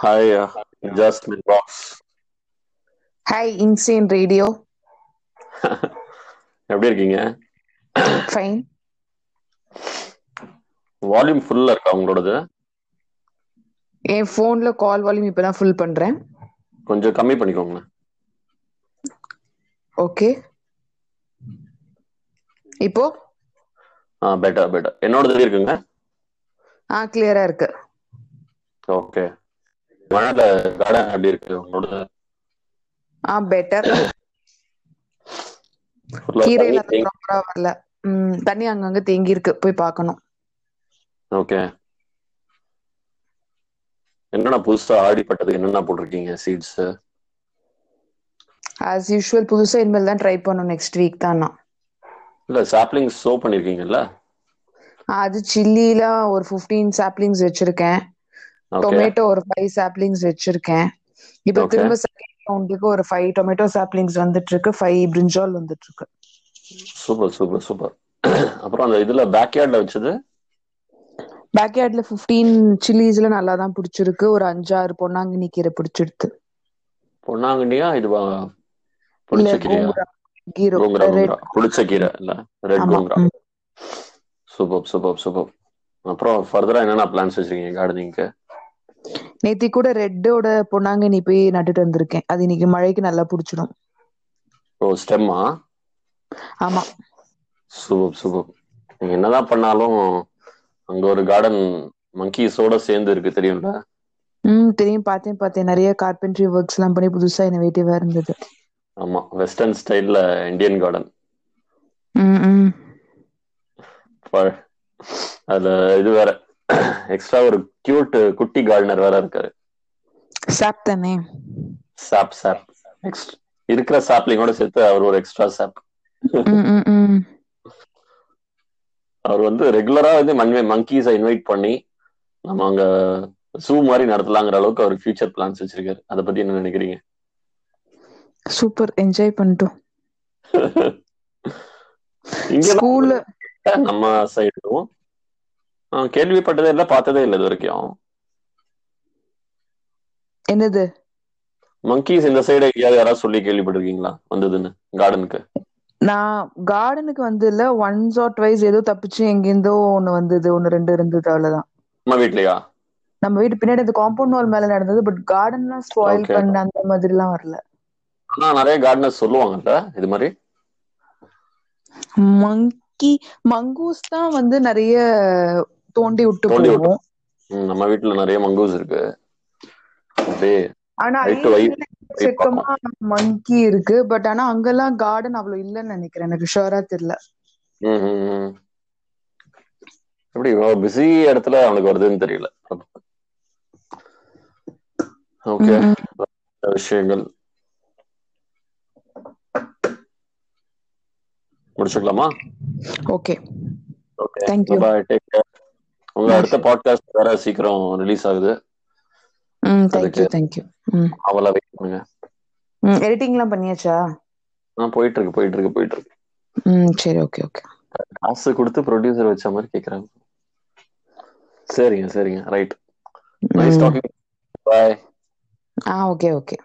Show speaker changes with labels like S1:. S1: Hi, uh, just box.
S2: Hi, Insane Radio.
S1: எப்படி இருக்கீங்க
S2: Fine.
S1: Volume ஃபுல்லா இருக்கா உங்களோடது
S2: என் ஃபோனில் கால் வால்யூம் இப்போ தான் ஃபுல் பண்ணுறேன்
S1: கொஞ்சம் கம்மி பண்ணிக்கோங்களேன்
S2: ஓகே இப்போ
S1: ஆ பெட்டர் பெட்டர் என்னோடது இருக்குங்க
S2: ஆ கிளியராக இருக்கு
S1: ஓகே மணல கார்டன் எப்படி இருக்கு உங்களோடது
S2: ஆ பெட்டர்
S1: full ஆ
S2: கீரையில்
S1: தண்ணி தேங்கி-
S2: ப்ராப்பராக வரல ம் தண்ணி அங்கங்கே தேங்கி இருக்கு போய் பார்க்கணும்
S1: ஓகே என்னென்ன புதுசா ஆடிப்பட்டது என்னென்ன போட்டிருக்கீங்க சீட்ஸ்
S2: ஆஸ் யூஷுவல் புதுசாக இனிமேல் தான் ட்ரை பண்ணணும் நெக்ஸ்ட் வீக் தான் நான்
S1: இல்ல சாப்ளிங் சோ பண்ணிருக்கீங்கல்ல
S2: ஆ, அது சில்லியில் ஒரு ஃபிஃப்டீன் சாப்ளிங்ஸ் வச்சுருக்கேன்
S1: ஓகே
S2: டொமேட்டோ ஒரு ஃபைவ் சாப்ளிங்ஸ் வச்சுருக்கேன் இப்போ
S1: Okay.
S2: திரும்ப செகண்ட் ரவுண்டுக்கு ஒரு ஃபைவ் டொமேட்டோ சாப்ளிங்ஸ் வந்துட்டு இருக்கு ஃபைவ் பிரிஞ்சால் வந்துட்டு இருக்கு
S1: சூப்பர் சூப்பர் சூப்பர் அப்புறம் அந்த இதுல பேக்யார்ட்ல வச்சது
S2: பேக்யார்ட்ல 15 சில்லிஸ்ல நல்லா தான் பிடிச்சிருக்கு ஒரு அஞ்சாறு பொன்னாங்கண்ணி கீரை பிடிச்சிடுது
S1: பொன்னாங்கண்ணியா இதுவா
S2: இல்ல
S1: புளிச்சக்கீரையா
S2: கோங்குரா கீரோ
S1: கோங்கரா
S2: ரெட்
S1: கோங்கரா புளிச்சக்கீரை இல்ல ரெட்
S2: ஆமா
S1: கோங்கரா
S2: ம்.
S1: சூப்பர் சூப்பர் சூப்பர் அப்புறம் ஃபர்தரா என்னென்ன பிளான்ஸ் வச்சிருக்கீங்க கார்டனிங்க்கு
S2: நேத்தி கூட ரெட்டோட பொன்னாங்கண்ணி போய் நட்டுட்டு வந்திருக்கேன் அது இன்னைக்கு மழைக்கு நல்லா பிடிச்சிடும்
S1: ஓ ஸ்டெம்மா
S2: ஆமா
S1: சூப்பர் சூப்பர் நீங்க என்னதான் பண்ணாலும் அங்க ஒரு கார்டன் மங்கீஸோட சேர்ந்து இருக்கு தெரியும்ல
S2: ம் தெரியும் பார்த்தேன் பார்த்தேன் நிறைய கார்பென்ட்ரி ஒர்க்ஸ் எல்லாம் பண்ணி புதுசா இனோவேட்டிவா இருந்தது
S1: ஆமா வெஸ்டர்ன் ஸ்டைல்ல இந்தியன் கார்டன்
S2: ம் ம்
S1: அதுல இது வேற எக்ஸ்ட்ரா ஒரு கியூட் குட்டி கார்டனர் வேற இருக்காரு
S2: சாப் தானே
S1: சாப் சாப் நெக்ஸ்ட் இருக்கிற சாப்லிங்கோட சேர்த்து அவர் ஒரு எக்ஸ்ட்ரா சாப்
S2: ம் ம் ம்
S1: அவர் வந்து ரெகுலரா வந்து மன்வே மங்கீஸை இன்வைட் பண்ணி நம்ம அங்க ஜூ மாதிரி நடத்தலாங்கிற அளவுக்கு அவர் ஃபியூச்சர் பிளான்ஸ் வச்சிருக்காரு அதை பத்தி என்ன நினைக்கிறீங்க
S2: சூப்பர் என்ஜாய் பண்ணிட்டோம்
S1: இங்க
S2: ஸ்கூல்ல
S1: நம்ம சைடும் கேள்விப்பட்டதே இல்லை பார்த்ததே இல்லை இது வரைக்கும்
S2: என்னது
S1: மங்கீஸ் இந்த சைடு எங்கேயாவது யாராவது சொல்லி கேள்விப்பட்டிருக்கீங்களா வந்ததுன்னு கார்டனுக்கு
S2: நான் கார்டனுக்கு வந்து இல்ல ஒன்ஸ் ஆர் ட்வைஸ் ஏதோ தப்பிச்சு எங்கேருந்தோ ஒண்ணு வந்தது ஒண்ணு ரெண்டு இருந்தது அவ்வளவுதான்
S1: நம்ம வீட்லயா
S2: நம்ம வீட்டு பின்னாடி அந்த காம்பவுண்ட் வால் மேல நடந்தது பட் கார்டன்லாம் ஸ்பாயில்
S1: ஓகே
S2: பண்ண அந்த மாதிரி எல்லாம் வரல
S1: ஆனா நிறைய கார்டனர்ஸ் சொல்லுவாங்கல்ல இது மாதிரி
S2: மங்கி மங்கூஸ் தான் வந்து நிறைய தோண்டி விட்டு
S1: தோண்டி விட்டு
S2: போகும்
S1: ம், நம்ம வீட்டுல நிறைய மங்கூஸ் இருக்கு அப்படியே
S2: ஆனா
S1: ஹை
S2: அதே
S1: டு ஹை
S2: இடத்துல
S1: ஹை
S2: செக்கமா
S1: பார்க்கும்
S2: மங்கி இருக்கு பட் ஆனா அங்கெல்லாம் கார்டன் அவ்வளவு இல்லைன்னு நினைக்கிறேன் எனக்கு ஷோரா தெரியல
S1: ம், ம், ம். எப்படி பிஸி இடத்துல அவனுக்கு வருதுன்னு தெரியல ஓகே
S2: ம், ம்.
S1: விஷயங்கள் முடிச்சுக்கலாமா
S2: okay
S1: okay
S2: thank you
S1: bye take care உங்க
S2: பாய்
S1: அடுத்த பாட்காஸ்ட் வேற சீக்கிரம் ரிலீஸ் ஆகுது
S2: ம்
S1: அதுக்கு
S2: தேங்க்யூ தேங்க்யூ ம்
S1: அவளை வெயிட் பண்ணுங்க
S2: ம் எடிட்டிங்லாம் பண்ணியாச்சா
S1: ஆ போயிட்டு இருக்கு போயிட்டு இருக்கு போயிட்டு இருக்கு
S2: ம் சரி ஓகே ஓகே
S1: காசு கொடுத்து ப்ரொடியூசர் வச்ச மாதிரி கேக்குறாங்க சரிங்க சரிங்க ரைட் நைஸ்
S2: ம்
S1: டாக்கிங் பாய்
S2: ஆ ஓகே ஓகே